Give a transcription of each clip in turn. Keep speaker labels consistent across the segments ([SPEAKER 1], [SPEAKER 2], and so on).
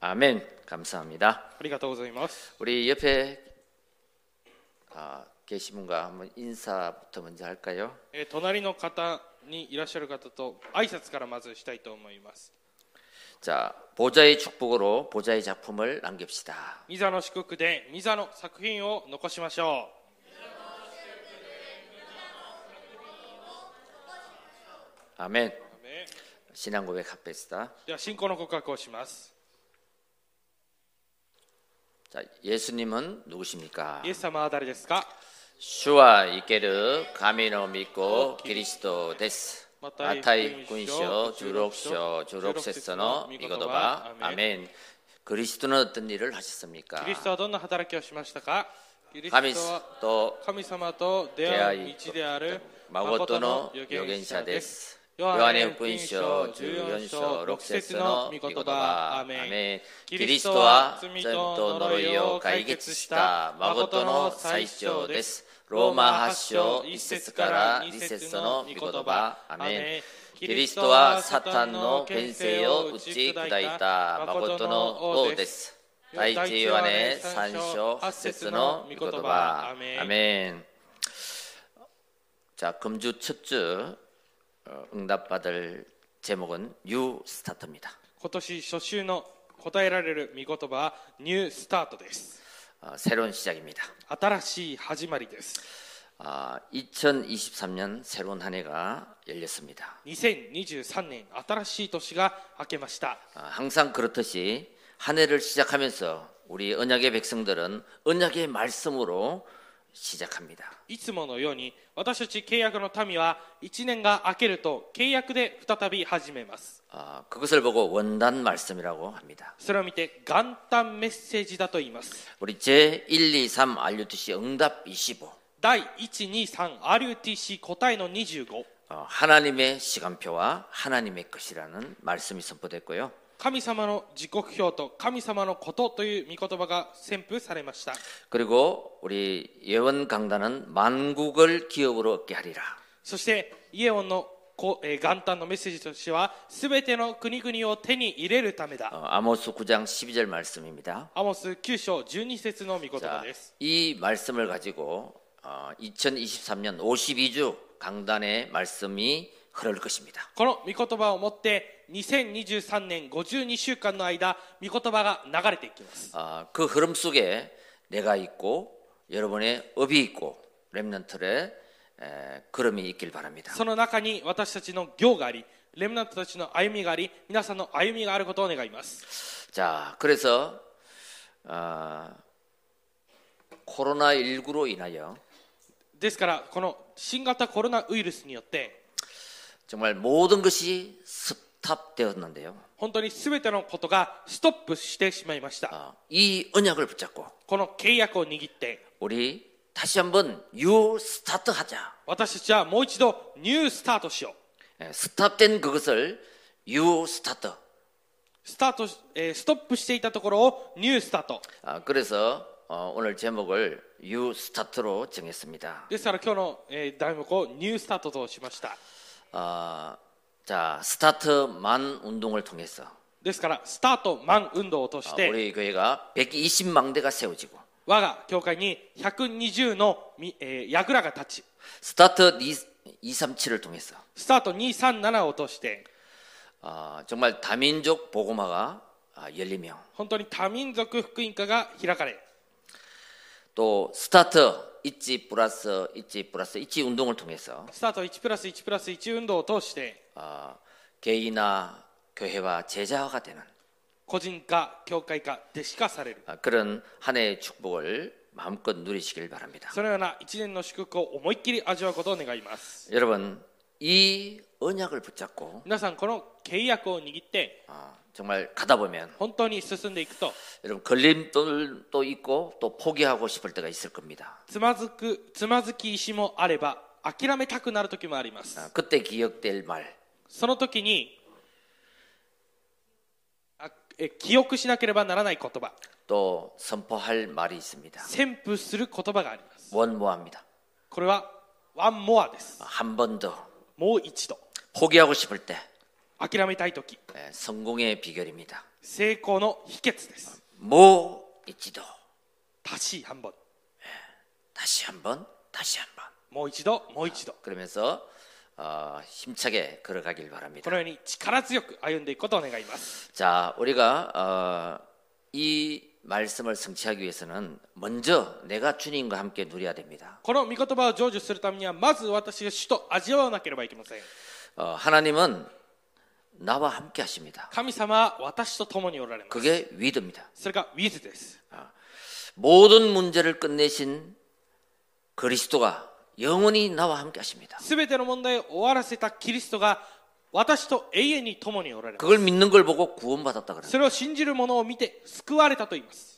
[SPEAKER 1] 아멘. 감사합니다.
[SPEAKER 2] ありがとうございます。
[SPEAKER 1] 우리 옆에 아, 계신 분과 한번 인사부터 먼저 할까요?
[SPEAKER 2] えー隣の方にいらっしゃる方と挨拶からまずしたいと思います。
[SPEAKER 1] 자, 보좌의 축복으로 보좌의 작품을 남깁시다.
[SPEAKER 2] ミザの祝福でミザの作品を残しましょう。
[SPEAKER 1] 아멘.
[SPEAKER 2] アーメン
[SPEAKER 1] 신앙 고백 합했다.
[SPEAKER 2] では信仰の告白をします。
[SPEAKER 1] 자, 예수님은 누구십니까?
[SPEAKER 2] イエス様は誰ですか
[SPEAKER 1] 슈와 이케르 가미노 믿고 어, 기리스도 데스.
[SPEAKER 2] また
[SPEAKER 1] 마타이 군쇼 주록쇼 주록세서너 이거도바 아멘. 그리스도는 어떤 일을
[SPEAKER 2] キ
[SPEAKER 1] 하셨습니까?
[SPEAKER 2] リストはどんな働きをしましたかキリストは
[SPEAKER 1] 가미스도
[SPEAKER 2] 神様と出会う道である誠
[SPEAKER 1] 마고토
[SPEAKER 2] の
[SPEAKER 1] の
[SPEAKER 2] 預
[SPEAKER 1] 預
[SPEAKER 2] 言
[SPEAKER 1] 言
[SPEAKER 2] 者
[SPEAKER 1] 者
[SPEAKER 2] で。
[SPEAKER 1] ですす。
[SPEAKER 2] ヨ
[SPEAKER 1] ヨ
[SPEAKER 2] ハ
[SPEAKER 1] ハ
[SPEAKER 2] ネ
[SPEAKER 1] ネ
[SPEAKER 2] 福
[SPEAKER 1] 福
[SPEAKER 2] 音
[SPEAKER 1] 音
[SPEAKER 2] 書
[SPEAKER 1] 書
[SPEAKER 2] 14
[SPEAKER 1] 14
[SPEAKER 2] 章
[SPEAKER 1] 章
[SPEAKER 2] 6
[SPEAKER 1] 6
[SPEAKER 2] 節
[SPEAKER 1] 節
[SPEAKER 2] の
[SPEAKER 1] の
[SPEAKER 2] 御
[SPEAKER 1] 御
[SPEAKER 2] 言
[SPEAKER 1] 言
[SPEAKER 2] 葉
[SPEAKER 1] 葉
[SPEAKER 2] ア
[SPEAKER 1] ア
[SPEAKER 2] メン
[SPEAKER 1] メンキ
[SPEAKER 2] キリ
[SPEAKER 1] リ
[SPEAKER 2] ス
[SPEAKER 1] ス
[SPEAKER 2] ト
[SPEAKER 1] ト
[SPEAKER 2] は
[SPEAKER 1] は罪
[SPEAKER 2] 罪と
[SPEAKER 1] と
[SPEAKER 2] 呪
[SPEAKER 1] 呪
[SPEAKER 2] い
[SPEAKER 1] い
[SPEAKER 2] を
[SPEAKER 1] を
[SPEAKER 2] 解
[SPEAKER 1] 解
[SPEAKER 2] 決
[SPEAKER 1] 決
[SPEAKER 2] し
[SPEAKER 1] したた
[SPEAKER 2] 誠
[SPEAKER 1] 誠
[SPEAKER 2] の
[SPEAKER 1] の
[SPEAKER 2] 最
[SPEAKER 1] 最
[SPEAKER 2] 長
[SPEAKER 1] 長
[SPEAKER 2] で
[SPEAKER 1] ですす。
[SPEAKER 2] ロ
[SPEAKER 1] ロ
[SPEAKER 2] ー
[SPEAKER 1] ー
[SPEAKER 2] マ
[SPEAKER 1] マ
[SPEAKER 2] 8
[SPEAKER 1] 8
[SPEAKER 2] 章
[SPEAKER 1] 章
[SPEAKER 2] 1
[SPEAKER 1] 1
[SPEAKER 2] 節
[SPEAKER 1] 節
[SPEAKER 2] か
[SPEAKER 1] からら
[SPEAKER 2] 2
[SPEAKER 1] 2
[SPEAKER 2] 節
[SPEAKER 1] 節
[SPEAKER 2] の
[SPEAKER 1] の
[SPEAKER 2] 御
[SPEAKER 1] 御
[SPEAKER 2] 言
[SPEAKER 1] 言
[SPEAKER 2] 葉
[SPEAKER 1] 葉
[SPEAKER 2] ア
[SPEAKER 1] ア
[SPEAKER 2] メ
[SPEAKER 1] メ
[SPEAKER 2] ン
[SPEAKER 1] ン
[SPEAKER 2] キ
[SPEAKER 1] キ
[SPEAKER 2] リ
[SPEAKER 1] リ
[SPEAKER 2] ス
[SPEAKER 1] ス
[SPEAKER 2] ト
[SPEAKER 1] ト
[SPEAKER 2] は
[SPEAKER 1] は
[SPEAKER 2] サ
[SPEAKER 1] サ
[SPEAKER 2] タ
[SPEAKER 1] タ
[SPEAKER 2] ン
[SPEAKER 1] ン
[SPEAKER 2] の
[SPEAKER 1] の
[SPEAKER 2] 権
[SPEAKER 1] 権
[SPEAKER 2] 勢
[SPEAKER 1] 勢
[SPEAKER 2] を
[SPEAKER 1] を
[SPEAKER 2] 打
[SPEAKER 1] 打
[SPEAKER 2] ち
[SPEAKER 1] ち
[SPEAKER 2] 砕
[SPEAKER 1] 砕
[SPEAKER 2] い
[SPEAKER 1] い
[SPEAKER 2] た
[SPEAKER 1] た
[SPEAKER 2] 誠
[SPEAKER 1] 誠
[SPEAKER 2] の
[SPEAKER 1] の
[SPEAKER 2] 王
[SPEAKER 1] 王
[SPEAKER 2] で
[SPEAKER 1] ですす。
[SPEAKER 2] 第
[SPEAKER 1] 第
[SPEAKER 2] 一
[SPEAKER 1] 一
[SPEAKER 2] ヨ
[SPEAKER 1] ヨ
[SPEAKER 2] ハ
[SPEAKER 1] ハ
[SPEAKER 2] ネ
[SPEAKER 1] ネ
[SPEAKER 2] 三
[SPEAKER 1] 3
[SPEAKER 2] 章
[SPEAKER 1] 章
[SPEAKER 2] 八
[SPEAKER 1] 8
[SPEAKER 2] 節
[SPEAKER 1] 節
[SPEAKER 2] の
[SPEAKER 1] の
[SPEAKER 2] 御
[SPEAKER 1] 御
[SPEAKER 2] 言
[SPEAKER 1] 言
[SPEAKER 2] 葉
[SPEAKER 1] 葉
[SPEAKER 2] ア
[SPEAKER 1] ア
[SPEAKER 2] メン
[SPEAKER 1] メン자 금주 첫 주 어, 응답받을 제목은 뉴 스타트입니다.
[SPEAKER 2] 今年初週の答えられる御言葉はニュースタートです
[SPEAKER 1] 어, 새로운 시작입니다.
[SPEAKER 2] 新しい始まりです
[SPEAKER 1] 아, 2023년 새로운 한 해가 열렸습니다.
[SPEAKER 2] 2023年新しい年が明けました
[SPEAKER 1] 아, 항상 그렇듯이 한 해를 시작하면서 우리 언약의 백성들은 언약의 말씀으로 시작합니다.
[SPEAKER 2] いつものように私たち契約の民は1年が明けると契約で再び始めます
[SPEAKER 1] 아, 그것을 보고 원단 말씀이라고 합니다.
[SPEAKER 2] それを見て元旦メッセージだと言います
[SPEAKER 1] 우리 제 1, 2, 3 RUTC 응답 25
[SPEAKER 2] 第 123RUTC 答えの25
[SPEAKER 1] 어, 하나님의 시간표와 하나님의 것이라는 말씀이 선포됐고요.
[SPEAKER 2] 神様の時刻表と神様のことという御言葉が宣布されました
[SPEAKER 1] 그리고 우리 예원 강단은 만국을 기업으로 얻게 하리라.
[SPEAKER 2] そしてイエオンのこえー元旦のメッセージとしては全ての国々を手に入れるため
[SPEAKER 1] 어,
[SPEAKER 2] だ
[SPEAKER 1] 아모스 9장 12절 말씀입니다.
[SPEAKER 2] アモス9章12節の御言葉
[SPEAKER 1] 자,
[SPEAKER 2] です
[SPEAKER 1] 이 말씀을 가지고 어, 2023년 52주 강단의 말씀이 흐를 것입니다.
[SPEAKER 2] この御言葉をもって2023年52週間の間御言葉が流れていきます
[SPEAKER 1] 아, 그 흐름 속에 내가 있고 여러분의 업이 있고 렘넌트의 에, 걸음이 있길 바랍니다.
[SPEAKER 2] その中に私たちの行がありレムナントたちの歩みがあり皆さんの歩みがあることを願います
[SPEAKER 1] 자, 그래서 어, 코로나 19로 인하여
[SPEAKER 2] ですからこの新型コロナウイルスによって
[SPEAKER 1] 정말 모든 것이 스탑되었는데요.
[SPEAKER 2] 本当に全てのことがストップしてしまいました
[SPEAKER 1] 아, 이 언약을 붙잡고
[SPEAKER 2] この契約を握って
[SPEAKER 1] 우리 다시 한번 유 스타트하자.
[SPEAKER 2] 私たちはもう一度ニュースタートしよう
[SPEAKER 1] 예, 스탑된 그것을 유 스타트.
[SPEAKER 2] スタートし、えーストップしていたところをニュースタート
[SPEAKER 1] 아, 그래서 어, 오늘 제목을 유 스타트로 정했습니다.
[SPEAKER 2] ですから今日の、えー題目をニュースタートとしました
[SPEAKER 1] 아, 자 스타트만 운동을 통해서
[SPEAKER 2] ですからスタートマン運動を通し
[SPEAKER 1] 아,
[SPEAKER 2] て
[SPEAKER 1] 우리 교회가 120망대가 세워지고
[SPEAKER 2] 我が教会に120のみ、えー、櫓が立ち
[SPEAKER 1] 스타트 237을 통해서
[SPEAKER 2] スタート237を通して
[SPEAKER 1] 아, 정말 다민족 보고마가 아, 열리며
[SPEAKER 2] 本当に多民族福音化が開かれ
[SPEAKER 1] 또 스타트 있지 플러스 있지 플러스 있지 운동을 통해서
[SPEAKER 2] スタート1プラス1プラス1運動を通して
[SPEAKER 1] 아, 개인이나 교회와 제자화가 되는
[SPEAKER 2] 個人化教会化弟子化される
[SPEAKER 1] 아, 그런 한 해의 축복을 마음껏 누리시길 바랍니다.
[SPEAKER 2] そのような一年の祝福を思いっきり味わうことを願います
[SPEAKER 1] 여러분 이 언약을 붙잡고
[SPEAKER 2] 皆さんこの契約を握って
[SPEAKER 1] 아, 정말 가다 보면
[SPEAKER 2] 本当に進んでいくと
[SPEAKER 1] 여러분 걸림돌도 있고 또 포기하고 싶을 때가 있을 겁니다.
[SPEAKER 2] つまずくつまずき石もあれば諦めたくなる時もあります
[SPEAKER 1] 아, 그때 기억될 말
[SPEAKER 2] その時にあえ記憶しなければならない言葉
[SPEAKER 1] 또 선포할 말이 있습니다.
[SPEAKER 2] 宣布する言葉があります
[SPEAKER 1] 원모합니다 아,
[SPEAKER 2] これはワンモアです
[SPEAKER 1] 한 번 더.
[SPEAKER 2] もう一度
[SPEAKER 1] 포기하고 싶을 때
[SPEAKER 2] 諦めたい時
[SPEAKER 1] 예, 성공의 비결입니다.
[SPEAKER 2] 成功の秘訣です
[SPEAKER 1] 뭐 있지도
[SPEAKER 2] 다시 한번
[SPEAKER 1] 다시 한번 다시 한번.
[SPEAKER 2] 뭐一度뭐一度
[SPEAKER 1] 그러면서 어, 힘차게 걸어가길 바랍니다.
[SPEAKER 2] このように力強く歩んでいくことを願います
[SPEAKER 1] 자, 우리가 어, 이 말씀을 성취하기 위해서는 먼저 내가 주님과 함께 누려야 됩니다.
[SPEAKER 2] この御言葉を成就するためにはまず私が主と味わわなければいけません
[SPEAKER 1] 어, 하나님은 나와 함께 하십니다.
[SPEAKER 2] 神様は私と共におられます
[SPEAKER 1] 그게 위드입니다.
[SPEAKER 2] それがウィズです
[SPEAKER 1] 모든 문제를 끝내신 그리스도가 영원히 나와 함께 하십니다.
[SPEAKER 2] すべての問題を終わらせたキリストが私と永遠に共におられます
[SPEAKER 1] 그걸 믿는 걸 보고 구원받았다 그래요.
[SPEAKER 2] それを信じる者を見て救われたと言います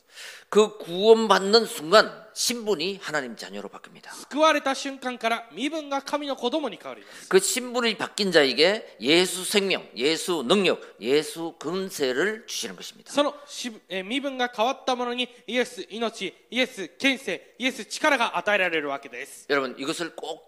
[SPEAKER 1] 그 구원받는 순간 신분이 하나님 자녀로 바뀝니다.
[SPEAKER 2] 救われた瞬間から身分が神の子供に変わります
[SPEAKER 1] 그 신분이 바뀐 자에게 예수 생명, 예수 능력, 예수 금세를 주시는 것입니다.
[SPEAKER 2] そのしえー身分が変わった者にイエス命イエス権勢イエス力が与えられるわけです
[SPEAKER 1] 여러분 이것을 꼭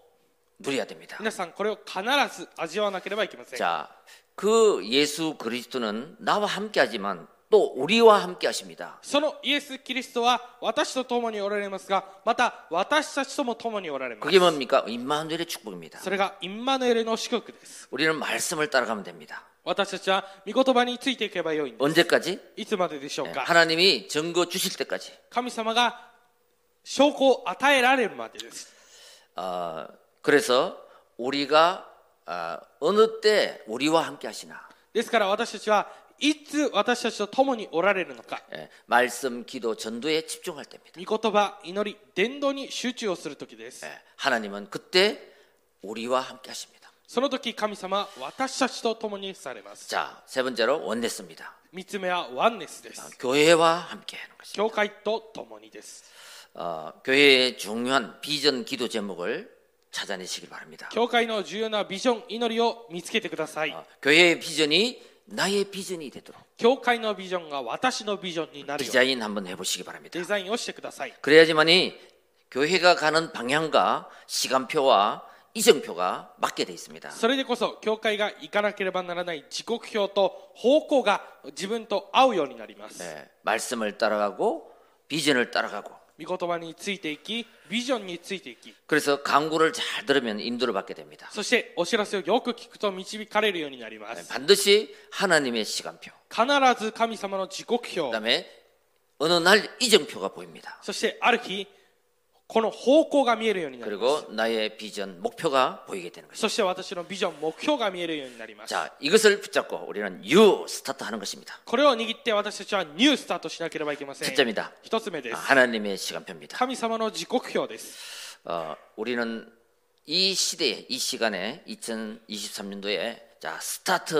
[SPEAKER 1] 누려야 됩니다.
[SPEAKER 2] 皆さんこれを必ず味わわなければいけません
[SPEAKER 1] 자, 그 예수 그리스도는 나와 함께 하지만 또 우리와 함께 하십니다.
[SPEAKER 2] そのイエス・キリストは私と共におられますがまた私たちとも共におられます
[SPEAKER 1] 그게 뭡니까? 임마누엘의 축복입니다.
[SPEAKER 2] それがインマヌエルの祝福です
[SPEAKER 1] 우리는 말씀을 따라가면 됩니다.
[SPEAKER 2] 私たちは御言葉についていけばよいんで
[SPEAKER 1] 언제까지?
[SPEAKER 2] いつまででしょう
[SPEAKER 1] 예,
[SPEAKER 2] か
[SPEAKER 1] 하나님이 증거 주실 때까지.
[SPEAKER 2] 神様が証拠を与えられるまでです
[SPEAKER 1] 어, 그래서 우리가 어, 어느 때 우리와 함께 하시나?
[SPEAKER 2] ですから私たちはいつ私たちと共におられるのか
[SPEAKER 1] 예, 말씀, gi도, 전도에 집중할 때입니다.
[SPEAKER 2] 御言葉祈り伝道に集中をする時です
[SPEAKER 1] 예, 하나님은 그때 우리와 함께 하십니다.
[SPEAKER 2] その時神様は私たちと共にされます
[SPEAKER 1] 자, 세 번째로 원냈습니다.
[SPEAKER 2] 三つ目はワンネスです
[SPEAKER 1] 교회와 함께 하는 것입니다.
[SPEAKER 2] 教会と共にです
[SPEAKER 1] 어, 교회의 중요한 비전 기도 제목을 찾아내시길 바랍니다.
[SPEAKER 2] 教会の重要なビジョン祈りを見つけてください
[SPEAKER 1] 어, 교회의 비전이 나의 비전이 되도록
[SPEAKER 2] 教会のビジョンが私のビジョンになるように
[SPEAKER 1] 디자인 한번 해보시기 바랍니다.
[SPEAKER 2] デザインをしてください
[SPEAKER 1] 그래야지만이 교회가 가는 방향과 시간표와 이정표가 맞게 돼 있습니다.
[SPEAKER 2] それでこそ教会が行かなければならない時刻表と方向が自分と合うようになります、
[SPEAKER 1] 예, 말씀을 따라가고 비전을 따라가고
[SPEAKER 2] 御言葉についていきビジョンについていき
[SPEAKER 1] 그래서 강구를 잘 들으면 인도를 받게 됩니다.
[SPEAKER 2] そしてお知らせをよく聞くと導かれるようになります
[SPEAKER 1] 예, 반드시 하나님의 시간표,
[SPEAKER 2] 必ず神様の時刻表
[SPEAKER 1] 그다음에 어느 날 이정표가 보입니다.
[SPEAKER 2] そしてある日この方向が見えるようになります
[SPEAKER 1] 그리고 나의 비전, 목표가 보이게 되는 것입니다.
[SPEAKER 2] そして私のビジョン目標が見えるようになります
[SPEAKER 1] 자, 이것을 붙잡고 우리는 유 스타트하는 것입니다.
[SPEAKER 2] これを握って私たちはニュースタートしなければいけませ
[SPEAKER 1] 첫
[SPEAKER 2] ん
[SPEAKER 1] 점이다.
[SPEAKER 2] 一つ目で
[SPEAKER 1] 아,
[SPEAKER 2] す
[SPEAKER 1] 하나님의 시간표입니다.
[SPEAKER 2] 神様の時刻表です
[SPEAKER 1] 어, 우리는 이 시대에, 이 시간에 2023년도에 자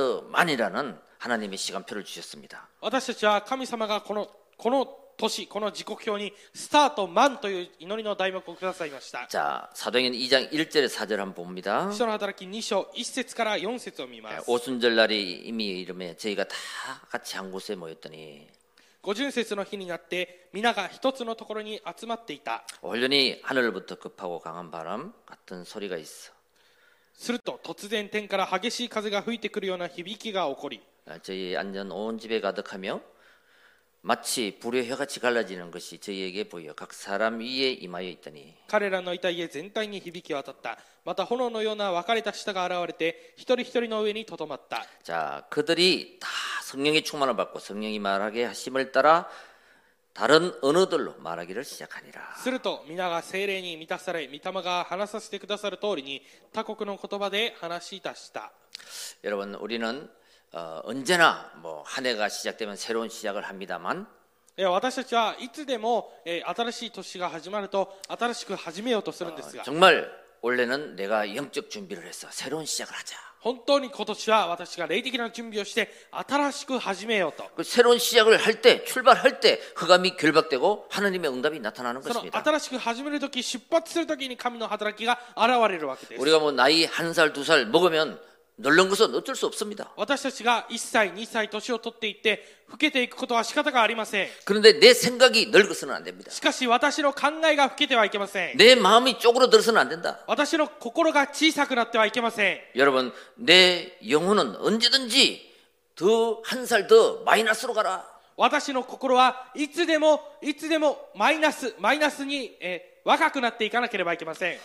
[SPEAKER 1] 스타트만이라는 하나님의 시간표를 주셨습니다.
[SPEAKER 2] 私たちは神様がこのこの年この時刻表にスタートマンという祈りの題目をくださいました
[SPEAKER 1] 자 사도행전 2장 1절의 4절 한번 봅니다. 네,
[SPEAKER 2] 人の働き2章1節から4節を見ます
[SPEAKER 1] 오순절 날이 이미 이름에 저희가 다 같이 한 곳에 모였더니
[SPEAKER 2] 五巡節の日になって皆が一つのところに集まっていた
[SPEAKER 1] 홀연히 어, 하늘로부터 급하고 강한 바람 같은 소리가 있어
[SPEAKER 2] すると突然天から激しい風が吹いてくるような響きが起こり
[SPEAKER 1] 아, 저희 안전 온 집에 가득하며 마치 불의 혀같이 갈라지는 것이 저희에게 보여 각 사람 위에 임하여 있더니
[SPEAKER 2] 彼らのいた家全体に響き渡ったまた炎のような分かれた舌が現れて一人一人の上にとどまった
[SPEAKER 1] 자 그들이 다 성령의 충만을 받고 성령이 말하게 하심을 따라 다른 언어들로 말하기를 시작하니라
[SPEAKER 2] すると皆が精霊に満たされ御霊が話させてくださる通りに他国の言葉で話し出した
[SPEAKER 1] 여러분 우리는 어, 언제나 뭐 한 해가 시작되면 새로운 시작을 합니다만 어,
[SPEAKER 2] えー私たちはいつでもえー新しい年が始まると新しく始めようとするんですが
[SPEAKER 1] 정말 원래는 내가 영적 준비를 해서 새로운 시작을 하자.
[SPEAKER 2] 本当に今年は私が霊的な準備をして新しく始めようと
[SPEAKER 1] 그 새로운 시작을 할 때, 출발할 때 흑암이 결박되고 하나님의 응답이 나타나는
[SPEAKER 2] その
[SPEAKER 1] 것입니다.
[SPEAKER 2] 新しく始める時出発する時に神の働きが現れるわけです
[SPEAKER 1] 우리가 뭐 나이 한 살, 두 살 먹으면 널른 것은 어쩔 수 없습니다.
[SPEAKER 2] 私たちが1歳2歳年を取っていって老けていくことは仕方がありません
[SPEAKER 1] 그런데 내 생각이 늙어서는 안 됩니다.
[SPEAKER 2] しかし私の考えが老けてはいけません
[SPEAKER 1] 내 마음이 쪼그러들어서는 안 된다.
[SPEAKER 2] 私の心が小さくなってはいけません
[SPEAKER 1] 여러분, 내 영혼은 언제든지 더 한 살 더 마이너스로 가라.
[SPEAKER 2] 私の心はいつでもいつでもマイナスマイナスに、えー若くなっていかなければいけません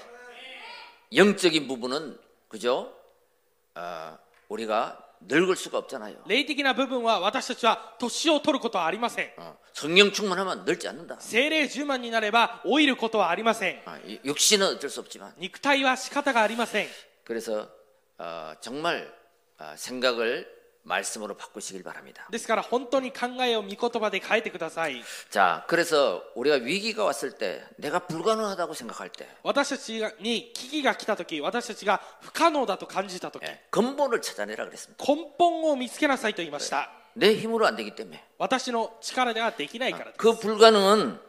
[SPEAKER 1] 영적인 부분은 그죠? 아, 우리가 늙을 수가 없잖아요.
[SPEAKER 2] 霊的な部分は私たちは年を取ることはありません
[SPEAKER 1] 어, 성령 충만하면 늙지 않는다.
[SPEAKER 2] 精霊10万になれば老いることはありません
[SPEAKER 1] 아, 이- 육신은 어쩔 수 없지만
[SPEAKER 2] 肉体は仕方がありません
[SPEAKER 1] 그래서 어, 정말 아, 생각을 말씀으로 바꾸시길 바랍니다.
[SPEAKER 2] ですから本当に考えを御言葉で変えてください
[SPEAKER 1] 자, 그래서 우리가 위기가 왔을 때 내가 불가능하다고 생각할 때
[SPEAKER 2] 私たちに危機が来た時私たちが不可能だと感じた時
[SPEAKER 1] 예, 근본을 찾아내라 그랬습니다.
[SPEAKER 2] 根本を見つけなさいと言いました
[SPEAKER 1] 내 힘으로 안 되기 때문에
[SPEAKER 2] 私の力ではできないからです
[SPEAKER 1] 그 불가능은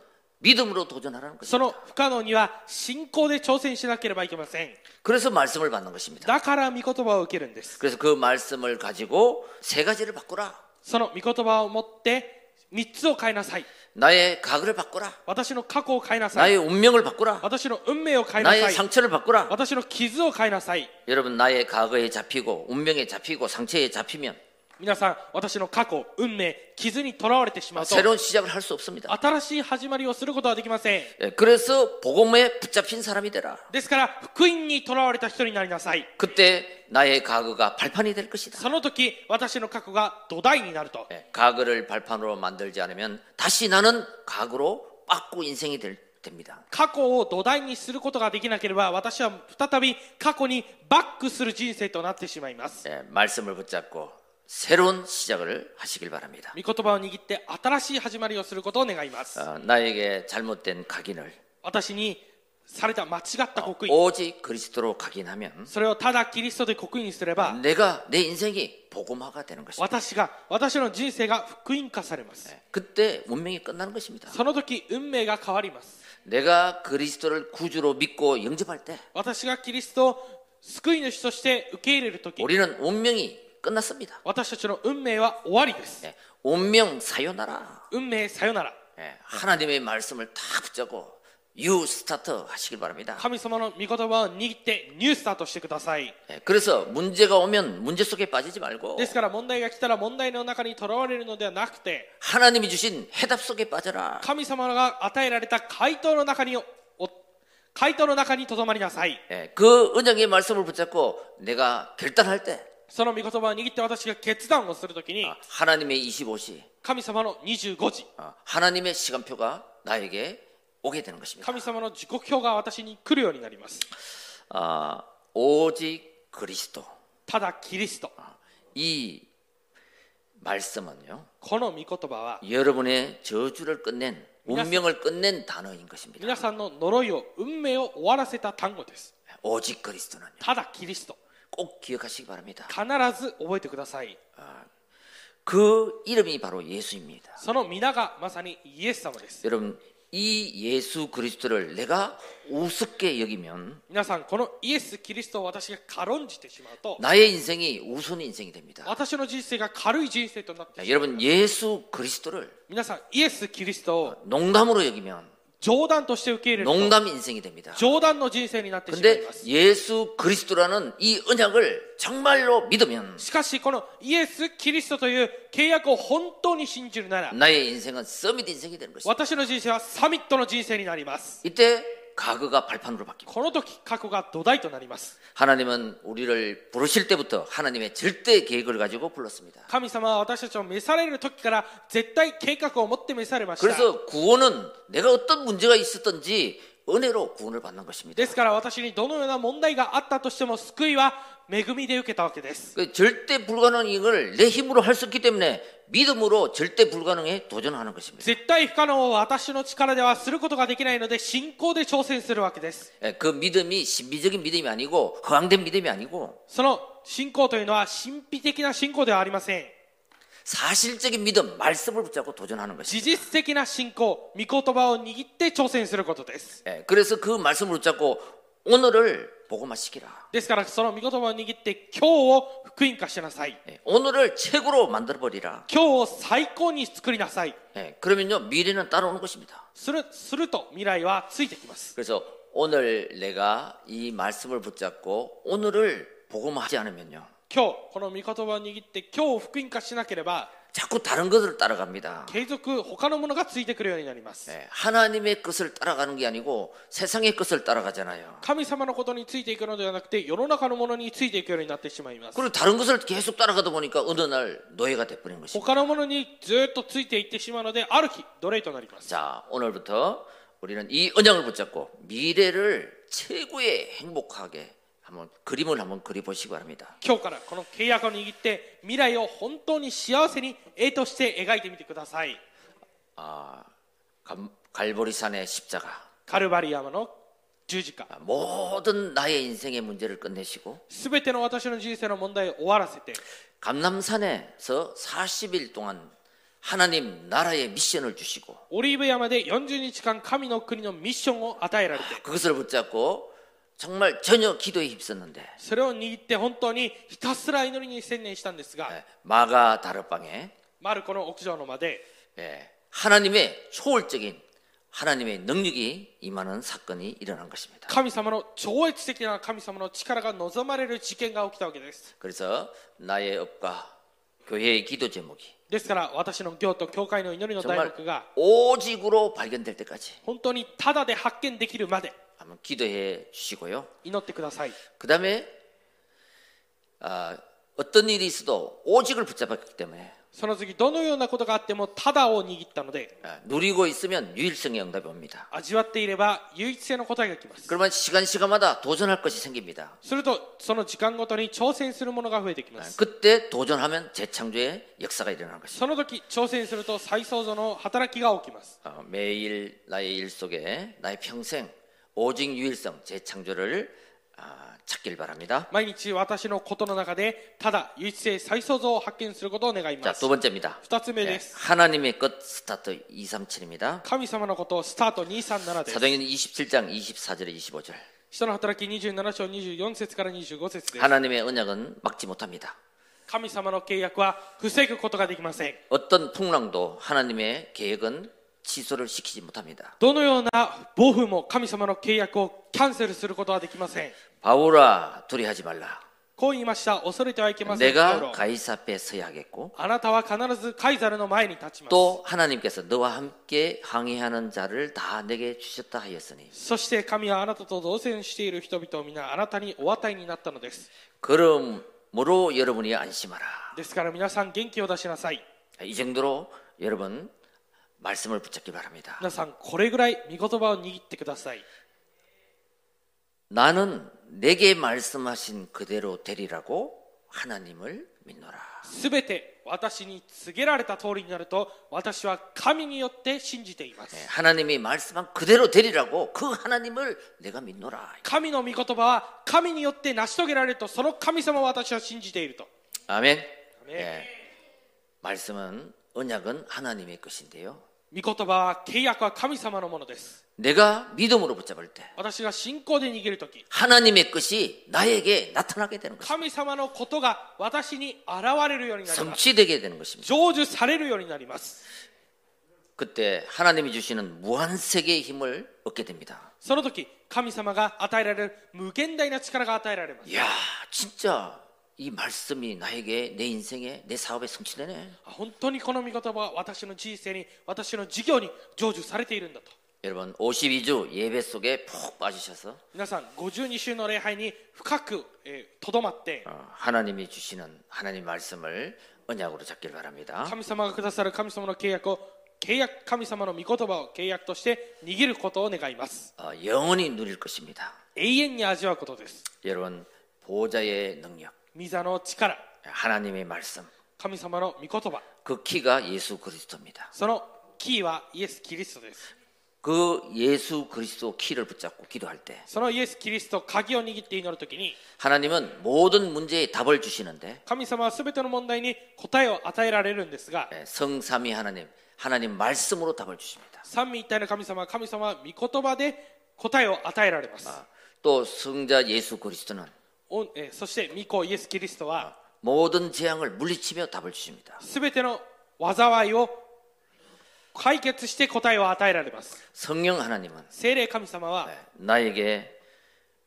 [SPEAKER 1] 믿음으로 도전하라는
[SPEAKER 2] そ
[SPEAKER 1] 것입니다.
[SPEAKER 2] の不可能には信仰で挑戦しなければいけません
[SPEAKER 1] 그래서 말씀을 받는 것입니다.
[SPEAKER 2] だから御言葉を受けるんです
[SPEAKER 1] 그래서 그 말씀을 가지고 세 가지를 바꾸라.
[SPEAKER 2] その御言葉を持って3つを変えなさい
[SPEAKER 1] 나의 과거를 바꾸라.
[SPEAKER 2] 私の過去を変えなさい
[SPEAKER 1] 나의 운명을 바꾸라.
[SPEAKER 2] 私の運命を変えな
[SPEAKER 1] 나의
[SPEAKER 2] さい
[SPEAKER 1] 상처를 바꾸라.
[SPEAKER 2] 私の傷を変えなさい
[SPEAKER 1] 여러분 나의 과거에 잡히고 운명에 잡히고 상처에 잡히면
[SPEAKER 2] 皆さん私の過去運命傷にとらわれてしまうと
[SPEAKER 1] 새로운 시작을 할 수 없습니다.
[SPEAKER 2] 新しい始まりをすることはできません
[SPEAKER 1] 예, 그래서 복음에 붙잡힌 사람이 되라.
[SPEAKER 2] ですから福音にとらわれた人になりなさい
[SPEAKER 1] 그때 나의 과거가 발판이 될 것이다.
[SPEAKER 2] その時私の過去が土台になると
[SPEAKER 1] 예, 과거를 발판으로 만들지 않으면 다시 나는 과거로 빠꾸 인생이 될, 됩니다.
[SPEAKER 2] 過去を土台にすることができなければ私は再び過去にバックする人生となってしまいます
[SPEAKER 1] 예, 말씀을 붙잡고 새로운 시작을 하시길 바랍니다.
[SPEAKER 2] 御言葉を握って新しい始まりをすることを願います
[SPEAKER 1] 어, 나에게 잘못된 각인을
[SPEAKER 2] 私にされた間違った刻印
[SPEAKER 1] 오직 그리스도로 각인하면
[SPEAKER 2] それをただキリストで刻印すれば
[SPEAKER 1] 내가 내 인생이 복음화가 되는 것입니다.
[SPEAKER 2] 私が私の人生が福音化されます
[SPEAKER 1] 예, 그때 운명이 끝나는 것입니다.
[SPEAKER 2] その時運命が変わります
[SPEAKER 1] 내가 그리스도를 구주로 믿고 영접할 때
[SPEAKER 2] 私がキリストを救い主として受け入れる時
[SPEAKER 1] 우리는 운명이 끝났습니다.
[SPEAKER 2] 私たちの運命は終わりです
[SPEAKER 1] 예, 운명 사요나라.
[SPEAKER 2] 運命さよなら
[SPEAKER 1] 예, 하나님의 말씀을 다 붙잡고 유 스타트 하시길 바랍니다.
[SPEAKER 2] 神様の御言葉を握ってニュースタートしてください
[SPEAKER 1] 예, 그래서 문제가 오면 문제 속에 빠지지 말고
[SPEAKER 2] ですから問題が来たら問題の中にとらわれるのではなくて
[SPEAKER 1] 하나님이 주신 해답 속에 빠져라.
[SPEAKER 2] 神様が与えられた回答の中にお回答の中にとどまりなさい
[SPEAKER 1] 예, 그 은혜의 말씀을 붙잡고 내가 결단할 때
[SPEAKER 2] その御言葉を握って私が決断をするときに
[SPEAKER 1] 아, 하나님의 25시
[SPEAKER 2] 神様の25時
[SPEAKER 1] 아, 하나님의 시간표가 나에게 오게 되는 것입니다.
[SPEAKER 2] 神様の時刻表が私に来るようになります
[SPEAKER 1] 아, 오직 그리스도
[SPEAKER 2] ただキリスト
[SPEAKER 1] 이 말씀은요
[SPEAKER 2] この御言葉は
[SPEAKER 1] 여러분의 저주를 끝낸 운명을 끝낸 단어인 것입니다.
[SPEAKER 2] 皆さんの呪いを運命を終わらせた単語です
[SPEAKER 1] 오직 그리스도는
[SPEAKER 2] ただキリスト
[SPEAKER 1] 꼭 기억하시기 바랍니다.
[SPEAKER 2] 必ず覚えてください
[SPEAKER 1] 그 이름이 바로 예수입니다.
[SPEAKER 2] その皆がまさにイエス様です
[SPEAKER 1] 여러분 이 예수 그리스도를 내가 우습게 여기면
[SPEAKER 2] 皆さんこのイエス・キリストを私が軽んじてしまうと
[SPEAKER 1] 나의 인생이 우스운 인생이 됩니다.
[SPEAKER 2] 私の人生が軽い人生となって
[SPEAKER 1] 자, 여러분 예수 그리스도를
[SPEAKER 2] 皆さんイエス・キリストを
[SPEAKER 1] 농담으로 여기면
[SPEAKER 2] 冗談として受け入れると
[SPEAKER 1] 농담 인생이 됩니다.
[SPEAKER 2] 冗談の人生になってしまい
[SPEAKER 1] 근데
[SPEAKER 2] ます
[SPEAKER 1] 예수 그리스도라는 이 언약을 정말로 믿으면
[SPEAKER 2] しかしこのイエス・キリストという契約を本当に信じるなら
[SPEAKER 1] 나의 인생은 서밋 인생이 되는 것입니다.
[SPEAKER 2] 私の人生はサミットの人生になります
[SPEAKER 1] 이때 과거가 발판으로 바뀝니다.
[SPEAKER 2] この時過去が土台となります
[SPEAKER 1] 하나님은 우리를 부르실 때부터 하나님의 절대 계획을 가지고 불렀습니다.
[SPEAKER 2] 神様は私たちを召される時から絶対計画を持って召されました
[SPEAKER 1] 그래서 구원은 내가 어떤 문제가 있었든지 은혜로 구원을 받는 것입니다.
[SPEAKER 2] ですから私にどのような問題があったとしても救いは恵みで受けたわけです
[SPEAKER 1] 그 절대 불가능한 이걸 내 힘으로 할 수 없기 때문에 믿음으로 절대 불가능에 도전하는 것입니다.
[SPEAKER 2] 絶対不可能を私の力ではすることができないので信仰で挑戦するわけです
[SPEAKER 1] 예, 그 믿음이 신비적인 믿음이 아니고 허황된 믿음이 아니고
[SPEAKER 2] その信仰というのは神秘的な信仰ではありません
[SPEAKER 1] 사실적인 믿음, 말씀을 붙잡고 도전하는 것입니다.
[SPEAKER 2] 事実的な信仰御言葉を握って挑戦することです
[SPEAKER 1] 예, 그래서 그 말씀을 붙잡고 오늘을 복음화시키라.
[SPEAKER 2] ですからその御言葉を握って今日を福音化しなさい
[SPEAKER 1] 예, 오늘을 최고로 만들어버리라.
[SPEAKER 2] 今日を最高に作りなさい
[SPEAKER 1] 예, 그러면요, 미래는 따라오는 것입니다.
[SPEAKER 2] するすると未来はついてきます
[SPEAKER 1] 그래서 오늘 내가 이 말씀을 붙잡고 오늘을 복음화하지 않으면요.
[SPEAKER 2] 今日この御言葉を握って今日を福音化しなければ
[SPEAKER 1] 자꾸 다른 것을 따라갑니다.
[SPEAKER 2] 継続他のものがついてくるようになります、
[SPEAKER 1] 네, 하나님의 것을 따라가는 게 아니고 세상의 것을 따라가잖아요.
[SPEAKER 2] 神様のことについていくのではなくて世の中のものについていくようになってしまいます
[SPEAKER 1] 그리고 다른 것을 계속 따라가다 보니까 어느 날 노예가 돼버린 것입니다.
[SPEAKER 2] 他のものにずっとついていってしまうのである日奴隷となります
[SPEAKER 1] 자, 오늘부터 우리는 이 언약을 붙잡고 미래를 최고의 행복하게 한번 그림을 한번 그려보시기 바랍니다.
[SPEAKER 2] 今日からこの契約を握って未来を本当に幸せに絵として描いてみてください
[SPEAKER 1] 아, 감- 갈보리산의 십자가.
[SPEAKER 2] カルバリ山の十字架
[SPEAKER 1] 아, 모든 나의 인생의 문제를 끝내시고
[SPEAKER 2] すべての私の人生の問題を終わらせて
[SPEAKER 1] 감남산에서 40일 동안 하나님 나라의 미션을 주시고
[SPEAKER 2] オリーブ山で40日間神の国のミッションを与えられて
[SPEAKER 1] 그것을 붙잡고 정말 전혀 기도에 힘썼는데
[SPEAKER 2] それを握って本当にひたすら祈りに専念したんですが
[SPEAKER 1] 예, 마가 다르방에
[SPEAKER 2] マルコの屋上の間で
[SPEAKER 1] 예, 하나님의 초월적인 하나님의 능력이 임하는 사건이 일어난 것입니다.
[SPEAKER 2] 神様の超越的な神様の力が望まれる事件が起きたわけです
[SPEAKER 1] 그래서 나의 업과 교회의 기도 제목이
[SPEAKER 2] ですから私の行と教会の祈りの題
[SPEAKER 1] 정말
[SPEAKER 2] 目が
[SPEAKER 1] 오직으로 발견될 때까지
[SPEAKER 2] 本当にただで発見できるまで
[SPEAKER 1] 한번 기도해 주시고요.
[SPEAKER 2] 祈ってください
[SPEAKER 1] 그 다음에 아, 어떤 일이 있어도 오직을 붙잡았기 때문에
[SPEAKER 2] その次どのようなことがあってもただを握ったので
[SPEAKER 1] 아, 누리고 있으면 유일성의 응답이 옵니다.
[SPEAKER 2] 味わっていれば唯一性の答えがきます
[SPEAKER 1] 그러면 시간 시간마다 도전할 것이 생깁니다.
[SPEAKER 2] するとその時間ごとに挑戦するものが増えてきま
[SPEAKER 1] 아,
[SPEAKER 2] す
[SPEAKER 1] 그때 도전하면 재창조의 역사가 일어나는 것입니다.
[SPEAKER 2] その時挑戦すると再創造の働きが起きます
[SPEAKER 1] 어, 매일 나의 일 속에 나의 평생 오직 유일성 재창조를 아, 찾길 바랍니다.
[SPEAKER 2] 毎日私のことの中でただ唯一性再創造を発見することを願い
[SPEAKER 1] 자
[SPEAKER 2] ます
[SPEAKER 1] 두 번째입니다.
[SPEAKER 2] 二つ目で
[SPEAKER 1] 네,
[SPEAKER 2] す
[SPEAKER 1] 하나님의 것 스타트 237입니다.
[SPEAKER 2] 神様のことをスタート237です
[SPEAKER 1] 사도행전 27장 24절에 25절.
[SPEAKER 2] 人の働き27章24節から25節です
[SPEAKER 1] 하나님의 언약은 막지 못합니다.
[SPEAKER 2] 神様の契約は防ぐことができません
[SPEAKER 1] 어떤 풍랑도 하나님의 계획은 취소를 시키지 못합니다.
[SPEAKER 2] どのような暴風も神様の契約をキャンセルすることはできません
[SPEAKER 1] 바울아 두려하지 말라.
[SPEAKER 2] こう言いました恐れてはいけませんパウ
[SPEAKER 1] 내가
[SPEAKER 2] ロ
[SPEAKER 1] 가이사 앞에 서야 하겠고
[SPEAKER 2] あなたは必ずカイザルの前に立ちます
[SPEAKER 1] 또 하나님께서 너와 함께 항의하는 자를 다 내게 주셨다 하였으니
[SPEAKER 2] そして神はあなたと同然している人々を皆あなたにお与えになったのです
[SPEAKER 1] 그러므로 여러분이 안심하라.
[SPEAKER 2] ですから皆さん元気を出しなさい
[SPEAKER 1] 이 정도로 여러분 말씀을 붙잡기 바랍니다.
[SPEAKER 2] 皆さんこれぐらい御言葉を握ってください
[SPEAKER 1] 나는 내게 말씀하신 그대로 되리라고 하나님을 믿노라.
[SPEAKER 2] すべて私に告げられた通りになると私は神によって信じていま
[SPEAKER 1] 예,
[SPEAKER 2] す
[SPEAKER 1] 하나님이 말씀한 그대로 되리라고 그 하나님을 내가 믿노라.
[SPEAKER 2] 神の御言葉は神によって成し遂げられるとその神様を私は信じていると
[SPEAKER 1] 아멘.
[SPEAKER 2] 아멘.
[SPEAKER 1] 예. 말씀은 언약은 하나님의 것인데요.
[SPEAKER 2] 御言葉は契約は神様のものです
[SPEAKER 1] 내가 믿음으로 붙잡을 때
[SPEAKER 2] 私が信仰で握るとき
[SPEAKER 1] 하나님의 것이 나에게 나타나게 되는 것입니다.
[SPEAKER 2] 神様のことが私に現れるようになります
[SPEAKER 1] 성취되게 되는 것입니다.
[SPEAKER 2] 成就されるようになります
[SPEAKER 1] 그때 하나님이 주시는 무한 세계의 힘을 얻게 됩니다.
[SPEAKER 2] その時神様が与えられる無限大な力が与えられます
[SPEAKER 1] 이야, 진짜 이 말씀이 나에게 내 인생에 내 사업에 성취되네.
[SPEAKER 2] 本当にこの御言葉は私の人生に私の事業に成就されているんだと
[SPEAKER 1] 여러분 52주 예배 속에 푹 빠지셔서
[SPEAKER 2] 皆さん52週の礼拝に深くえーとど、まって
[SPEAKER 1] 어, 하나님이 주시는 하나님 말씀을 언약으로 잡길 바랍니다.
[SPEAKER 2] 神様がくださる神様の契約を契約神様の御言葉を契約として握ることを願います
[SPEAKER 1] 어, 영원히 누릴 것입니다.
[SPEAKER 2] 永遠に味わうことです
[SPEAKER 1] 여러분 보좌의 능력,
[SPEAKER 2] 御座の力
[SPEAKER 1] 하나님의 말씀,
[SPEAKER 2] 神様の御言葉
[SPEAKER 1] 그 키가 예수 그리스도입니다.
[SPEAKER 2] そのキーはイエス・キリストです
[SPEAKER 1] 그 예수 그리스도 키를 붙잡고 기도할 때
[SPEAKER 2] そのイエス・キリスト鍵を握って祈るときに
[SPEAKER 1] 하나님은 모든 문제의 답을 주시는데
[SPEAKER 2] 神様は全ての問題に答えを与えられるんですが
[SPEAKER 1] 예, 성삼위 하나님 하나님 말씀으로 답을 주십니다.
[SPEAKER 2] 三位一体の神様は神様は御言葉で答えを与えられます
[SPEAKER 1] 아, 또 성자 예수 그리스도는
[SPEAKER 2] おえーそして御子イエス・キリストは
[SPEAKER 1] 모든 재앙을 물리치며 답을 주십니다.
[SPEAKER 2] 全ての災いを解決して答えを与えられます
[SPEAKER 1] 성령 예, 하나님은
[SPEAKER 2] 聖霊神様は
[SPEAKER 1] 나에게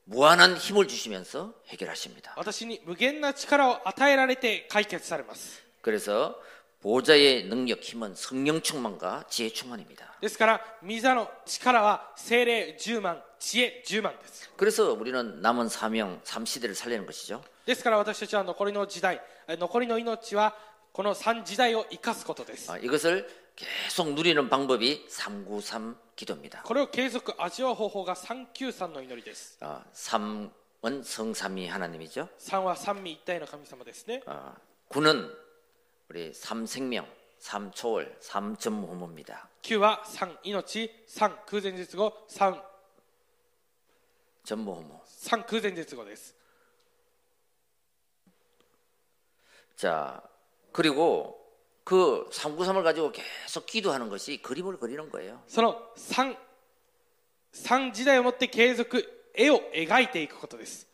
[SPEAKER 1] 무한한 힘을 주시면서 해결하십니다.
[SPEAKER 2] 私に無限な力を与えられて解決されます
[SPEAKER 1] 그래서 보좌의 능력 힘은 성령 충만과 지혜 충만입니다.
[SPEAKER 2] ですからミザの力は精霊10万知恵10万です
[SPEAKER 1] 그래서 우리는 남은 사명, 삼시대를 살리는 것이죠.
[SPEAKER 2] ですから私たちは残りの時代え残りの命はこの3時代を生かすことです
[SPEAKER 1] 아, 이것을 계속 누리는 방법이 393 기도입니다.
[SPEAKER 2] これを継続味わう方法が393の祈りです
[SPEAKER 1] 아, 3은 성삼위 하나님이죠.
[SPEAKER 2] 3は三位一体の神様ですね
[SPEAKER 1] 아, 9는 우리 삼생명, 삼초월, 삼점호모입니다.
[SPEAKER 2] 9は3命3空前絶後3
[SPEAKER 1] 전모호모.
[SPEAKER 2] 3空前絶後です
[SPEAKER 1] 자, 그리고 그 393을 가지고 계속 기도하는 것이 그림을 그리는 거예요.
[SPEAKER 2] その3三時代をもって継続絵を描いていくことです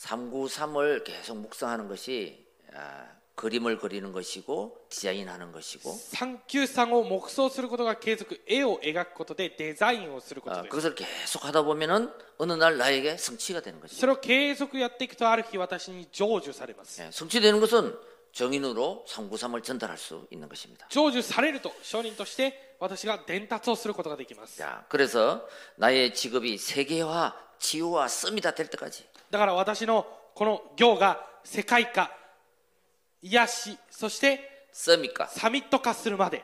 [SPEAKER 1] 393을 계속 묵상하는 것이 아, 그림을 그리는 것이고 디자인하는 것이고
[SPEAKER 2] 393を目想することが継続絵を描くことでデザインをすること
[SPEAKER 1] 아,
[SPEAKER 2] です
[SPEAKER 1] 그것을 계속 하다 보면은 어느 날 나에게 성취가 되는 것이죠.
[SPEAKER 2] それを継続やっていくとある日私に成就されます
[SPEAKER 1] 예, 성취되는 것은 정인으로 393을 전달할 수 있는 것입니다.
[SPEAKER 2] 成就されると証人として私が伝達をすることができます
[SPEAKER 1] 자, 그래서 나의 직업이 세계화, 치유와 썸이다 될 때까지
[SPEAKER 2] だから私のこの行が世界化癒しそして
[SPEAKER 1] 썸이까 아,
[SPEAKER 2] サミット化するまで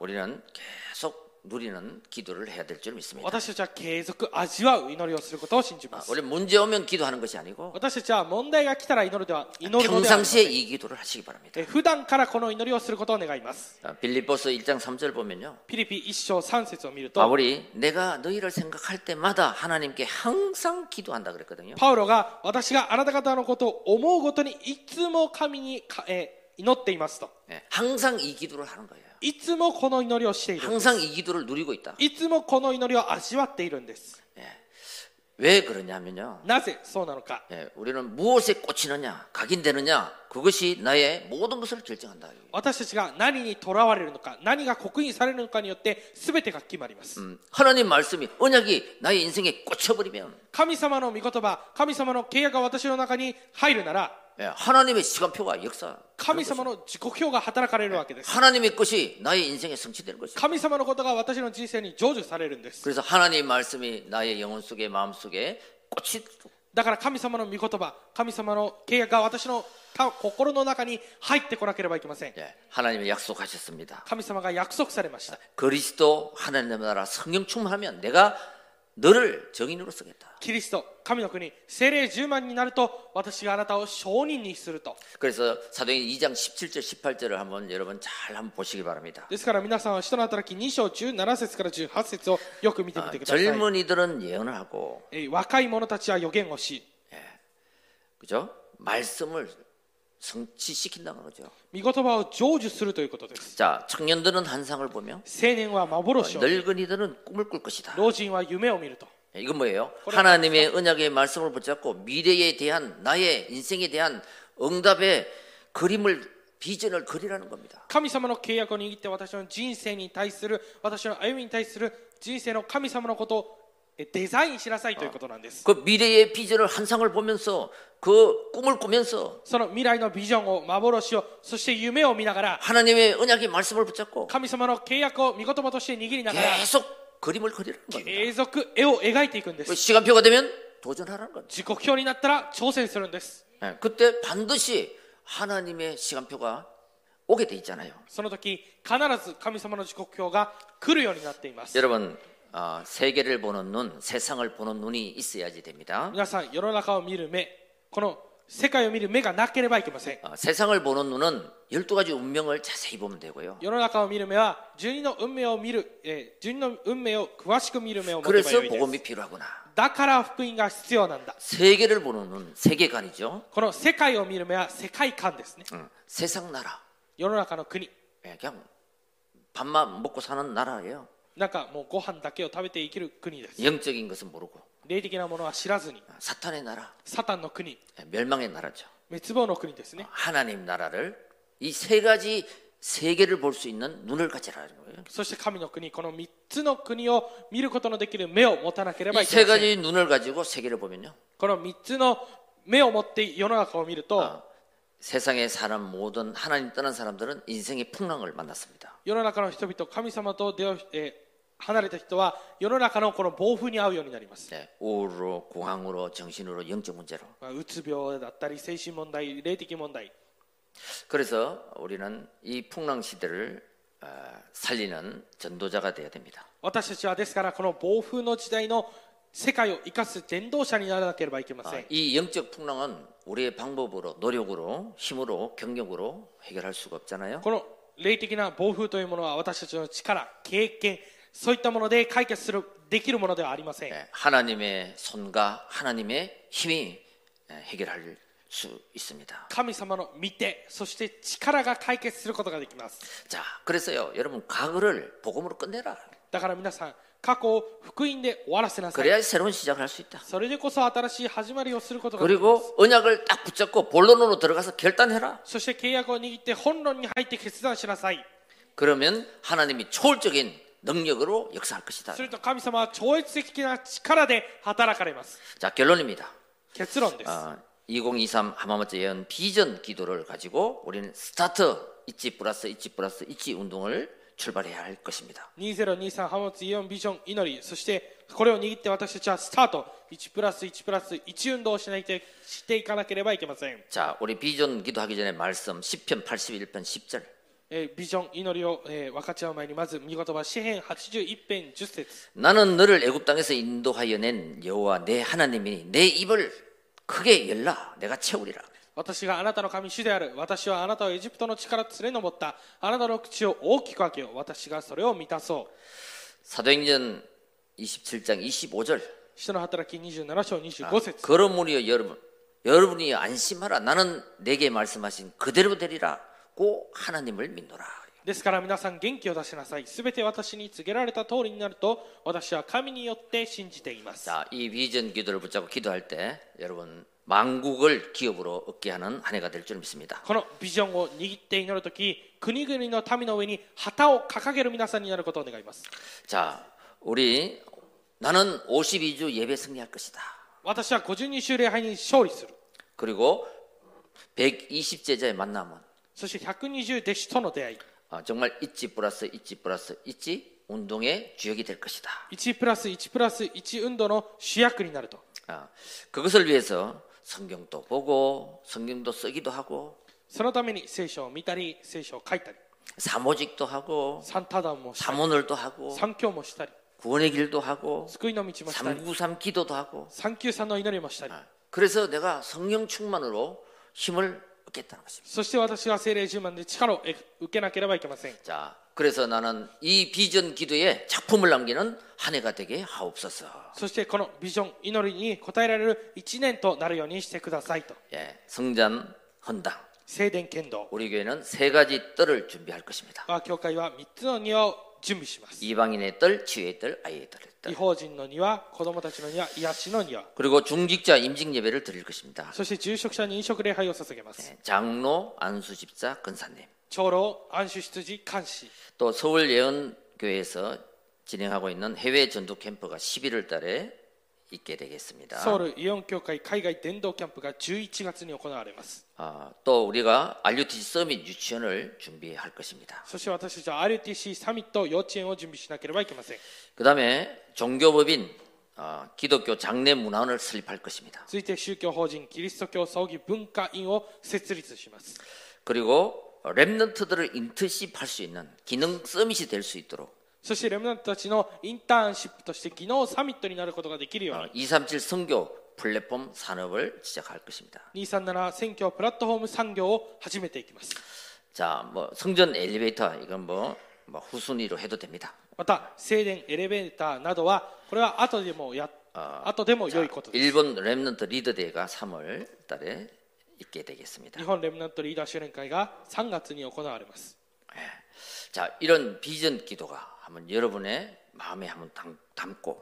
[SPEAKER 1] 우리는 계속 누리는 기도를 해야 될 줄 믿습니다.
[SPEAKER 2] 私たちは継続味わう祈りをすることを信じま
[SPEAKER 1] 아,
[SPEAKER 2] す
[SPEAKER 1] 원래 문제 오면 기도하는 것이 아니고
[SPEAKER 2] 私たちは問題が来たら祈るでは祈るのではありません
[SPEAKER 1] 평상시에 이 기도를 하시기 바랍니다.
[SPEAKER 2] え普段からこの祈りをすることを願います。
[SPEAKER 1] 아, 빌립보서 1장 3절 보면요.
[SPEAKER 2] ピリピ一章三節を見ると、
[SPEAKER 1] 바울이 내가 너희를 생각할 때마다 하나님께 항상 기도한다 그랬거든요.
[SPEAKER 2] パウロが私があなた方のことを思うごとにいつも神にか、えー祈っていますと。
[SPEAKER 1] 예, 항상 이 기도를 하는 거예요.
[SPEAKER 2] いつもこの祈りをしている。
[SPEAKER 1] 항상 이 기도를 누리고 있다.
[SPEAKER 2] いつもこの祈りを味わっているんです。
[SPEAKER 1] 왜 그러냐면요.
[SPEAKER 2] なぜそうなのか。
[SPEAKER 1] 예, 우리는 무엇에 꽂히느냐, 각인되느냐, 그것이 나의 모든 것을 결정한다.
[SPEAKER 2] 私たちが何にとらわれるのか、何が刻印されるのかによって全てが決まります。
[SPEAKER 1] 음, 하나님 말씀이 언약이 나의 인생에 꽂혀버리면
[SPEAKER 2] 神様の御言葉、神様の契約が私の中に入るなら、
[SPEAKER 1] 예, 하나님의 시간표와 역사,
[SPEAKER 2] 神様の自己表が働かれるわけです。
[SPEAKER 1] 하나님의 것이 나의 인생에 성취되는 것이죠.
[SPEAKER 2] 神様のことが私の人生に成就されるんです。
[SPEAKER 1] 그래서 하나님의 말씀이 나의 영혼 속에 마음 속에 꽂히
[SPEAKER 2] だから神様の御言葉神様の契約が私のか心の中に入ってこなければいけません
[SPEAKER 1] 예, 하나님이 약속하셨습니다.
[SPEAKER 2] 神様が約束されました
[SPEAKER 1] 그리스도 하나님의 나라 성령 충만하면 내가 너를 정인으로 쓰겠다.
[SPEAKER 2] キリスト神の国精霊10万になると私があなたを証人にすると
[SPEAKER 1] 그래서 사도행 2장 17절 18절을 한번 여러분 잘 한번 보시기 바랍니다.
[SPEAKER 2] ですから皆さんは人の働き2章17節から18節をよく見てみ
[SPEAKER 1] 아,
[SPEAKER 2] てください、
[SPEAKER 1] 젊은이들은 예언을 하고
[SPEAKER 2] えー若い者たちは予言をし
[SPEAKER 1] 그죠? 말씀을 성취시킨다는 거죠.
[SPEAKER 2] 御言葉を成就するということです
[SPEAKER 1] 자, 청년들은 한상을 보며
[SPEAKER 2] 青年は幻を見る
[SPEAKER 1] 늙은이들은 꿈을 꿀 것이다.
[SPEAKER 2] 老人は夢を見ると
[SPEAKER 1] 예, 이건 뭐예요? 하나님의 언약의 말씀을 붙잡고 미래에 대한 나의 인생에 대한 응답의 그림을 비전을 그리라는 겁니다.
[SPEAKER 2] 神様の契約を握って私の人生に対する私の歩みに対する人生の神様のことをえデザインしなさいということなんです
[SPEAKER 1] 그 미래의 비전을 한상을 보면서 그 꿈을 꾸면서
[SPEAKER 2] その未来のビジョンを幻をそして夢を見ながら
[SPEAKER 1] 하나님의 언약의 말씀을 붙잡고
[SPEAKER 2] 神様の契約を御言葉として握りながら
[SPEAKER 1] 계속 그림을 그리라는 겁니다.
[SPEAKER 2] 継続絵を描いていくんで
[SPEAKER 1] 그
[SPEAKER 2] す
[SPEAKER 1] 시간표가 되면 도전하라는 겁니다.
[SPEAKER 2] 時刻表になったら挑戦するんです
[SPEAKER 1] 예, 그때 반드시 하나님의 시간표가 오게 돼 있잖아요.
[SPEAKER 2] その時必ず神様の時刻表が来るようになっています
[SPEAKER 1] 여러분 아, 세계를 보는 눈, 세상을 보는 눈이 있어야지 됩니다.
[SPEAKER 2] 皆さん世の中を見る目この世界を見る目がなければいけません
[SPEAKER 1] 아, 세상을 보는 눈은 12가지 운명을 자세히 보면 되고요.
[SPEAKER 2] 世の中を見る目は十二の運命を見る、えー十二の運命を詳しく見る目を持てば
[SPEAKER 1] 그래서
[SPEAKER 2] よいです
[SPEAKER 1] 뭐 복음이 필요하구나.
[SPEAKER 2] だから福音が必要なんだ
[SPEAKER 1] 세계를 보는 눈, 세계관이죠.
[SPEAKER 2] この世界を見る目は世界観ですね
[SPEAKER 1] 응. 세상 나라.
[SPEAKER 2] 世の中の国
[SPEAKER 1] 예, 그냥 밥만 먹고 사는 나라예요.
[SPEAKER 2] なんかもうご飯だけを食べて生きる国です
[SPEAKER 1] 영적인 것은 모르고
[SPEAKER 2] 霊的なものは知らずに
[SPEAKER 1] 아, 사탄의 나라,
[SPEAKER 2] サタンの国
[SPEAKER 1] 예, 멸망의 나라죠.
[SPEAKER 2] 滅亡の国ですね
[SPEAKER 1] 하나님 나라를 이 세 가지 세계를 볼 수 있는 눈을 가지라는 거예요.
[SPEAKER 2] そして神の国この3つの国を見ることのできる目を持たなければい
[SPEAKER 1] 이
[SPEAKER 2] け
[SPEAKER 1] 세
[SPEAKER 2] ませ
[SPEAKER 1] 가지
[SPEAKER 2] ん
[SPEAKER 1] 눈을 가지고 세계를 보면요.
[SPEAKER 2] この3つの目を持って世の中を見ると
[SPEAKER 1] 세상에 사는 모든 하나님 떠난 사람들은 인생의 풍랑을 만났습니다.
[SPEAKER 2] 世の中の人々神様と出会う、えー離れた人は世の中のこの暴風に遭うようになります
[SPEAKER 1] 네, 우울로, 공황으로, 정신으로, 영적 문제로.
[SPEAKER 2] まあうつ病だったり精神問題霊的問題
[SPEAKER 1] 그래서 우리는 이 풍랑 시대를 아, 살리는 전도자가 되어야 됩니다.
[SPEAKER 2] 私たちはですからこの暴風の時代の世界を生かす伝道者にならなければいけま
[SPEAKER 1] 아,
[SPEAKER 2] せん
[SPEAKER 1] 이 영적 풍랑은 우리의 방법으로, 노력으로, 힘으로, 경력으로 해결할 수가 없잖아요.
[SPEAKER 2] この霊的な暴風というものは私たちの力経験そういったもので解決するできるものではありません
[SPEAKER 1] 예, 하나님의 손과 하나님의 힘이 예, 해결할 수 있습니다.
[SPEAKER 2] 神様の見てそして力が解決することができます
[SPEAKER 1] 자, 그래서요, 여러분 과거를 복음으로 끝내라.
[SPEAKER 2] だから皆さん過去を福音で終わらせなさい
[SPEAKER 1] 그래야 새로운 시작을 할 수 있다.
[SPEAKER 2] それでこそ新しい始まりをすることができます
[SPEAKER 1] 그리고 언약을 딱 붙잡고 본론으로 들어가서 결단해라.
[SPEAKER 2] そして契約を握って本論に入って決断しなさい
[SPEAKER 1] 그러면 하나님이 초월적인 능력으로 역사할 것이다.
[SPEAKER 2] すると神様は超越的な力で働かれます
[SPEAKER 1] 자, 결론입니다.
[SPEAKER 2] 結論です
[SPEAKER 1] 아, 2023 하마마츠 예언 비전 기도를 가지고 우리는 스타트 있지 플러스 있지 플러스 있지 운동을 출발해야 할 것입니다.
[SPEAKER 2] 2023ハマツイオンビジョン祈りそしてこれを握って私たちはスタート1プラス1プラス1運動をしないとしていかなければいけません、
[SPEAKER 1] 자, 우리 비전 기도하기 전에 말씀 10편 81편 10절.
[SPEAKER 2] えービジョン祈りを、えー分かち合う前にまず見言葉詩編81編10節
[SPEAKER 1] 나는 너를 애굽 땅에서 인도하여 낸 여호와 내 하나님이니 내 입을 크게 열라 내가 채우리라.
[SPEAKER 2] 私があなたの神主である私はあなたをエジプトの力連れ上ったあなたの口を大きく開けよう私がそれを満たそう
[SPEAKER 1] 사도행전 27장 25절.
[SPEAKER 2] 人の働き27章25節
[SPEAKER 1] 그러므로 여러분 여러분이 안심하라 나는 내게 말씀하신 그대로 되리라고 하나님을 믿노라.
[SPEAKER 2] ですから皆さん元気を出しなさいすべて私に告げられた通りになると私は神によって信じています
[SPEAKER 1] 자, 이 비전 기도를 붙잡고 기도할 때 여러분 만국을 기업으로 얻게 하는 한 해가 될 줄 믿습니다.
[SPEAKER 2] このビジョンを握って祈るとき、国々の民の上に旗を掲げる皆さんになることを願います。
[SPEAKER 1] 자, 우리 나는 52주 예배 승리할 것이다.
[SPEAKER 2] 私は52週礼拝に勝利する。
[SPEAKER 1] 그리고 120 제자의 만남은
[SPEAKER 2] そして120弟子との出会い。
[SPEAKER 1] 아, 정말 있지 플러스 있지 플러스 있지 운동의 주역이 될 것이다.
[SPEAKER 2] 1プラス1プラス1運動の主役になると。
[SPEAKER 1] 아, 그것을 위해서 성경도 보고 성경도 쓰기도 하고
[SPEAKER 2] そのために聖書を見たり、聖書を書いたり、
[SPEAKER 1] 사모직도 하고
[SPEAKER 2] 三多段もしたり、
[SPEAKER 1] 사모늘도 하고
[SPEAKER 2] 三教もしたり、
[SPEAKER 1] 구원의 길도 하고
[SPEAKER 2] 救いの道もしたり、
[SPEAKER 1] 393 기도도 하고 어,
[SPEAKER 2] 三級さんの祈りもしたり、
[SPEAKER 1] 그래서 내가 성령 충만으로 힘을 얻겠다는 것입니다.
[SPEAKER 2] そして私は精霊10万で力をえ受けなければいけません。
[SPEAKER 1] 자, 그래서 나는 이 비전 기도에 작품을 남기는 한 해가 되게 하옵소서.
[SPEAKER 2] そしてこのビジョン、祈りに応えられる1年となるようにしてくださいと。
[SPEAKER 1] 예, 성전 헌당.
[SPEAKER 2] 聖殿剣道。
[SPEAKER 1] 우리 교회는 세 가지 뜰을 준비할 것입니다.
[SPEAKER 2] まあ、教会は3つの庭を準備します。
[SPEAKER 1] 이방인의 뜰, 치유의 뜰, 아이의 뜰,
[SPEAKER 2] 違
[SPEAKER 1] 뜰.
[SPEAKER 2] 法人の庭、子供たちの庭、癒しの庭、
[SPEAKER 1] 그리고 중직자 임직 예배를 드릴 것입니다.
[SPEAKER 2] そして住職者に飲食礼拝を捧げます。
[SPEAKER 1] 예, 장로, 안수집사, 근사님.
[SPEAKER 2] 長老、安守執事、監視、
[SPEAKER 1] 또 서울 예언교회에서 진행하고 있는 해외 전도 캠프가 11월 달에 있게 되겠습니다.
[SPEAKER 2] ソウルイオン教会海外伝道キャンプが11月に行われます。
[SPEAKER 1] 아, 또 우리가 RUTC 서밋 유치원을 준비할 것입니다.
[SPEAKER 2] そして私たちは RTC サミット幼稚園を準備しなければいけません。
[SPEAKER 1] 그 다음에 종교법인 아, 기독교 장례 문화원을 설립할 것입니다.
[SPEAKER 2] 続いて宗教法人キリスト教葬儀文化院を設立します。
[SPEAKER 1] 그리고 랩런트들을 인터십할 수 있는 기능 서밋이 될 수 있도록
[SPEAKER 2] そしてレムナントたちのインターンシップとして技能サミットになることができるように
[SPEAKER 1] 어, 237 선교 플랫폼 산업을 시작할 것입니다.
[SPEAKER 2] 237選挙プラットフォーム産業を始めていきます。
[SPEAKER 1] 자, 뭐 성전 엘리베이터 이건 뭐, 뭐 후순위로 해도 됩니다.
[SPEAKER 2] また静電エレベーターなどはこれは後でもや後でも良いことです
[SPEAKER 1] 일본 랩런트 리더 대회가 3월 달에 있게
[SPEAKER 2] 日
[SPEAKER 1] 되겠습니다.
[SPEAKER 2] 本レムナントリーダー修練会が3月に行われます
[SPEAKER 1] 자, 이런 비전 기도가 한번 여러분의 마음에 한번 담, 담고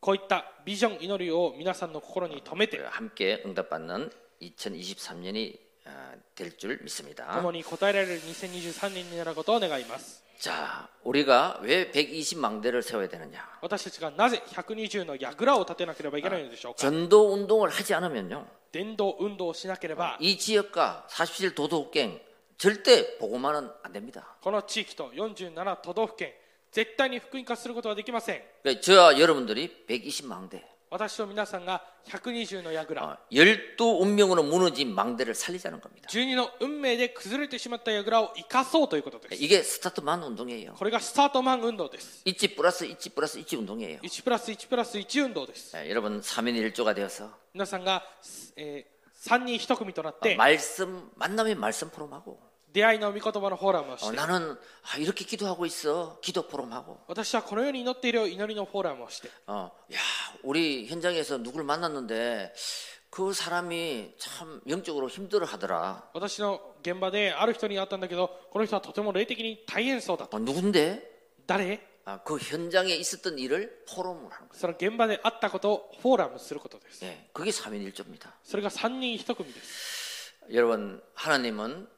[SPEAKER 2] こういった
[SPEAKER 1] 그
[SPEAKER 2] ビジョン祈りを皆さんの心に留めて
[SPEAKER 1] 함께 응답받는 2023년이 어, 될 줄 믿습니다.
[SPEAKER 2] 共に答えられる2023年になることを願います。
[SPEAKER 1] 자, 우리가 왜 120망대를 세워야 되느냐?
[SPEAKER 2] 私たちがなぜ120の櫓を立てなければいけないのでしょうか
[SPEAKER 1] 전도 운동을 하지 않으면요.
[SPEAKER 2] 伝道運動をしなければ
[SPEAKER 1] 이 지역과 47 도도국경 절대 보고만은 안 됩니다.
[SPEAKER 2] この地域と47都道府県絶対に福音化することはできません
[SPEAKER 1] 그러니까 저와 여러분들이 120망대, 어,
[SPEAKER 2] 私と皆さんが120の櫓
[SPEAKER 1] 열두 운명으로 무너진 망대를 살리자는 겁니다.
[SPEAKER 2] 12の運命で崩れてしまった櫓を生かそうということです
[SPEAKER 1] 이게 스타트만 운동이에요.
[SPEAKER 2] これがスタートマン運動です
[SPEAKER 1] 1 플러스 1 플러스 1 운동이에요.
[SPEAKER 2] 1プラス1プラス1運動です
[SPEAKER 1] 예, 여러분 3인 1조가 되어서
[SPEAKER 2] 皆さんが、えー3人1組となっ
[SPEAKER 1] 어,
[SPEAKER 2] て
[SPEAKER 1] 말씀 만남의 말씀 포럼하고
[SPEAKER 2] 出会いの御言葉のフォーラムを
[SPEAKER 1] 어,
[SPEAKER 2] して
[SPEAKER 1] 나는 아, 이렇게 기도하고 있어 기도 포럼하고
[SPEAKER 2] 私はこのように祈っているよ祈りのフォーラムをして
[SPEAKER 1] 어, 야 우리 현장에서 누굴 만났는데 그 사람이 참 영적으로 힘들어하더라.
[SPEAKER 2] 私の現場である人に会ったんだけどこの人はとても霊的に大変そうだと
[SPEAKER 1] 어, 누군데?
[SPEAKER 2] 誰
[SPEAKER 1] 아, 그 현장에 있었던 일을 포럼을 하는 거예요.
[SPEAKER 2] その現場で会ったことをフォーラムすることです。
[SPEAKER 1] 예, 그게 3인 1조입니다.
[SPEAKER 2] それが3人1組です。
[SPEAKER 1] 여러분 하나님은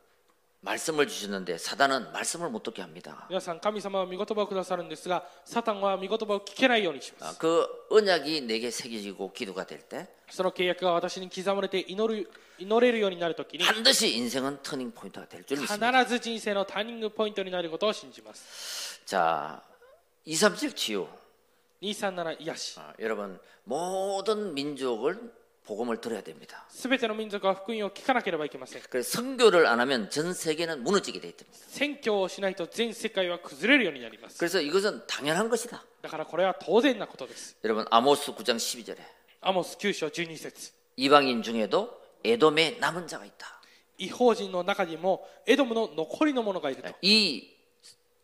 [SPEAKER 1] 말씀을 주셨는데 사단은 말씀을 못 듣게 합니다.
[SPEAKER 2] 皆さん、神様は御言葉をくださるんですが、サタンは御言葉を聞けないようにしま
[SPEAKER 1] 아,
[SPEAKER 2] す。
[SPEAKER 1] 그 언약이 내게 새겨지고 기도가 될 때
[SPEAKER 2] その契約が私に刻まれて祈る祈れるようになるときに、
[SPEAKER 1] 반드시 인생은 터닝 포인트가 될 줄
[SPEAKER 2] 必
[SPEAKER 1] 믿습니다.
[SPEAKER 2] ず人生のターニングポイントになることを信じます。
[SPEAKER 1] 자, 237 치유.
[SPEAKER 2] 237癒し。
[SPEAKER 1] 아, 여러분 모든 민족을 복음을 들어야 됩니다.
[SPEAKER 2] すべての民族は福音を聞かなければいけません。
[SPEAKER 1] 그래서 선교를 안 하면 전 세계는 무너지게 돼 있습니다.
[SPEAKER 2] 宣教をしないと全世界は崩れるようになります。
[SPEAKER 1] 그래서 이것은 당연한 것이다.
[SPEAKER 2] だからこれは当然なことです。
[SPEAKER 1] 여러분 아모스 9장 12절에
[SPEAKER 2] アモス9章12節
[SPEAKER 1] 이방인 중에도 에돔의 남은 자가 있다.
[SPEAKER 2] 違法人の中にも、エドムの残りの者がいると。
[SPEAKER 1] 이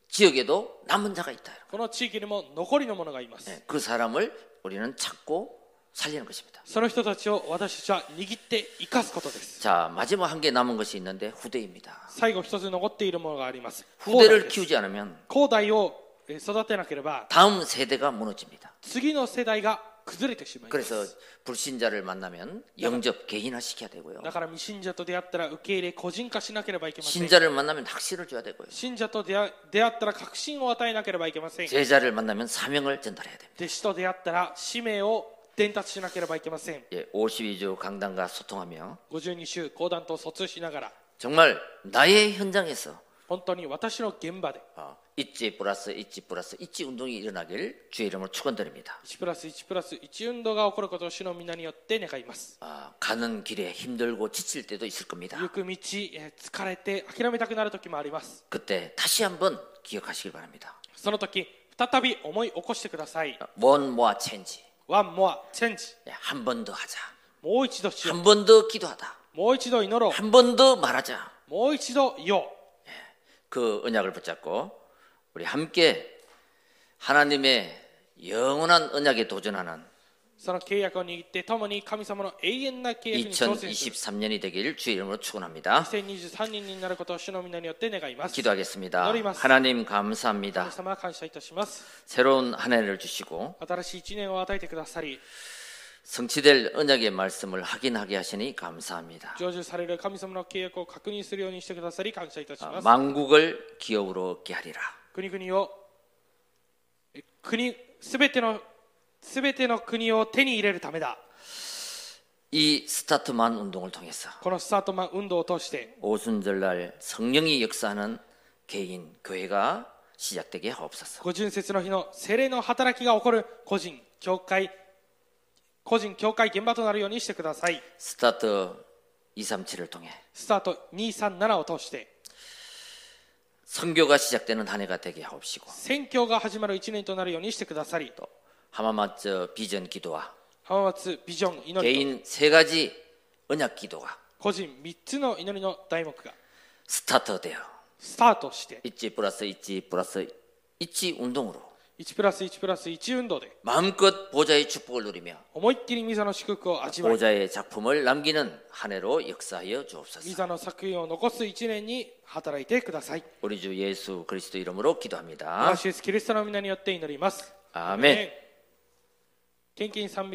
[SPEAKER 1] 지역에도 남은 자가 있다.
[SPEAKER 2] この地域にも残りの者がいます。
[SPEAKER 1] 예, 그 사람을 우리는 찾고 살리는 것입니다.
[SPEAKER 2] その人たちを私たちは握って生かすことです。
[SPEAKER 1] 자, 마지막 한 개 남은 것이 있는데 후대입니다.
[SPEAKER 2] 最後一つ残っているものがあります。後代
[SPEAKER 1] 후대를
[SPEAKER 2] です
[SPEAKER 1] 키우지 않으면
[SPEAKER 2] 後代をえー育てなければ
[SPEAKER 1] 다음 세대가 무너집니다.
[SPEAKER 2] 次の世代が崩れてしまいま
[SPEAKER 1] 그래서
[SPEAKER 2] す。
[SPEAKER 1] 불신자를 만나면 영접 개인화 시켜야 되고요.
[SPEAKER 2] だから未信者と出会ったら受け入れ個人化しなければいけません。
[SPEAKER 1] 신자를 만나면 확신을 줘야 되고요.
[SPEAKER 2] 信者と出会出会ったら確信を与えなければいけません。
[SPEAKER 1] 제자를 만나면 사명을 전달해야 됩니다.
[SPEAKER 2] 弟子と出会ったら使命を伝達しなければいけません。
[SPEAKER 1] 예, 52주 강단과 소통하며
[SPEAKER 2] 52週講談と疎通しながら
[SPEAKER 1] 정말 나의 현장에서
[SPEAKER 2] 本当に私の現場で
[SPEAKER 1] 어, 있지 플러스 있지 플러스 있지 운동이 일어나길 주의 이름으로 축원드립니다.
[SPEAKER 2] 1プラス1プラス1運動が起こることを主の皆によって願います。
[SPEAKER 1] 아, 가는 길에 힘들고 지칠 때도 있을
[SPEAKER 2] 行
[SPEAKER 1] 겁니다.
[SPEAKER 2] く道、えー疲れて諦めたくなる時もあります。
[SPEAKER 1] 그때 다시 한번 기억하시길 바랍니다.
[SPEAKER 2] その時、再び思い起こしてください。
[SPEAKER 1] 원 모아 체인지. 예,
[SPEAKER 2] ワンモア、チェンジ。
[SPEAKER 1] 한 번 더 하자.
[SPEAKER 2] もう一度しよ
[SPEAKER 1] 한 번 더 기도하다.
[SPEAKER 2] う。もう一度祈ろ
[SPEAKER 1] 한 번 더 말하자.
[SPEAKER 2] う。もう一度言おう。
[SPEAKER 1] 그 언약을 붙잡고 우리 함께 하나님의 영원한 언약에 도전하는
[SPEAKER 2] その契約を握って、共に神様の永遠な契約に挑戦する。
[SPEAKER 1] 2023년이 되길 주의 이름으로 축원합니다.
[SPEAKER 2] 2023人になることを主の皆によって願います。
[SPEAKER 1] 기도하겠습니다.
[SPEAKER 2] 기도드립니다.
[SPEAKER 1] 하나님
[SPEAKER 2] 神
[SPEAKER 1] 감사합니다.
[SPEAKER 2] 様感謝いたします。
[SPEAKER 1] 새로운 한 해를 주시고
[SPEAKER 2] 新しい一年を与えてくださり、
[SPEAKER 1] 성취될 언약의 말씀을 확인하게 하시니 감사합니다.
[SPEAKER 2] 成就される神様の契約を確認するようにしてくださり、感謝いたします。
[SPEAKER 1] 아, 만국을 기업으로 얻게 하리라.
[SPEAKER 2] 国々をえ国すべてのすべての国を手に入れるためだ
[SPEAKER 1] 이 스타트만 운동을 통해서
[SPEAKER 2] このスタートマン運動を通して
[SPEAKER 1] 오순절날 성령이 역사하는 개인 교회가 시작되게 하옵소서.
[SPEAKER 2] 五巡節の日の精霊の働きが起こる個人教会個人教会現場となるようにしてください
[SPEAKER 1] 스타트 237을 통해
[SPEAKER 2] スタート237を通して
[SPEAKER 1] 선교가 시작되는 한 해가 되게 하옵시고
[SPEAKER 2] 宣教が始まる一年となるようにしてくださりと
[SPEAKER 1] 하마마츠 비전 기도와
[SPEAKER 2] 浜松ビジョン祈りと
[SPEAKER 1] 개인 세 가지 언약 기도가
[SPEAKER 2] 個人3つの祈りの題目が
[SPEAKER 1] 스타트되어
[SPEAKER 2] スタートして
[SPEAKER 1] 있지 플러스 있지 플러스 있지 운동으로
[SPEAKER 2] 1プラス1プラス1運動で
[SPEAKER 1] 마음껏 보좌의 축복을 누리며
[SPEAKER 2] 思いっきりミサの祝福を味わい
[SPEAKER 1] 보좌의 작품을 남기는 한 해로 역사하여
[SPEAKER 2] ミ
[SPEAKER 1] 주옵소서.
[SPEAKER 2] ザの作品を残す一年に働いてください。
[SPEAKER 1] 우리 주 예수 그리스도 이름으로
[SPEAKER 2] ア
[SPEAKER 1] 기도합니다.
[SPEAKER 2] シュスキリストの皆によって祈ります。
[SPEAKER 1] 아멘.
[SPEAKER 2] 献金賛美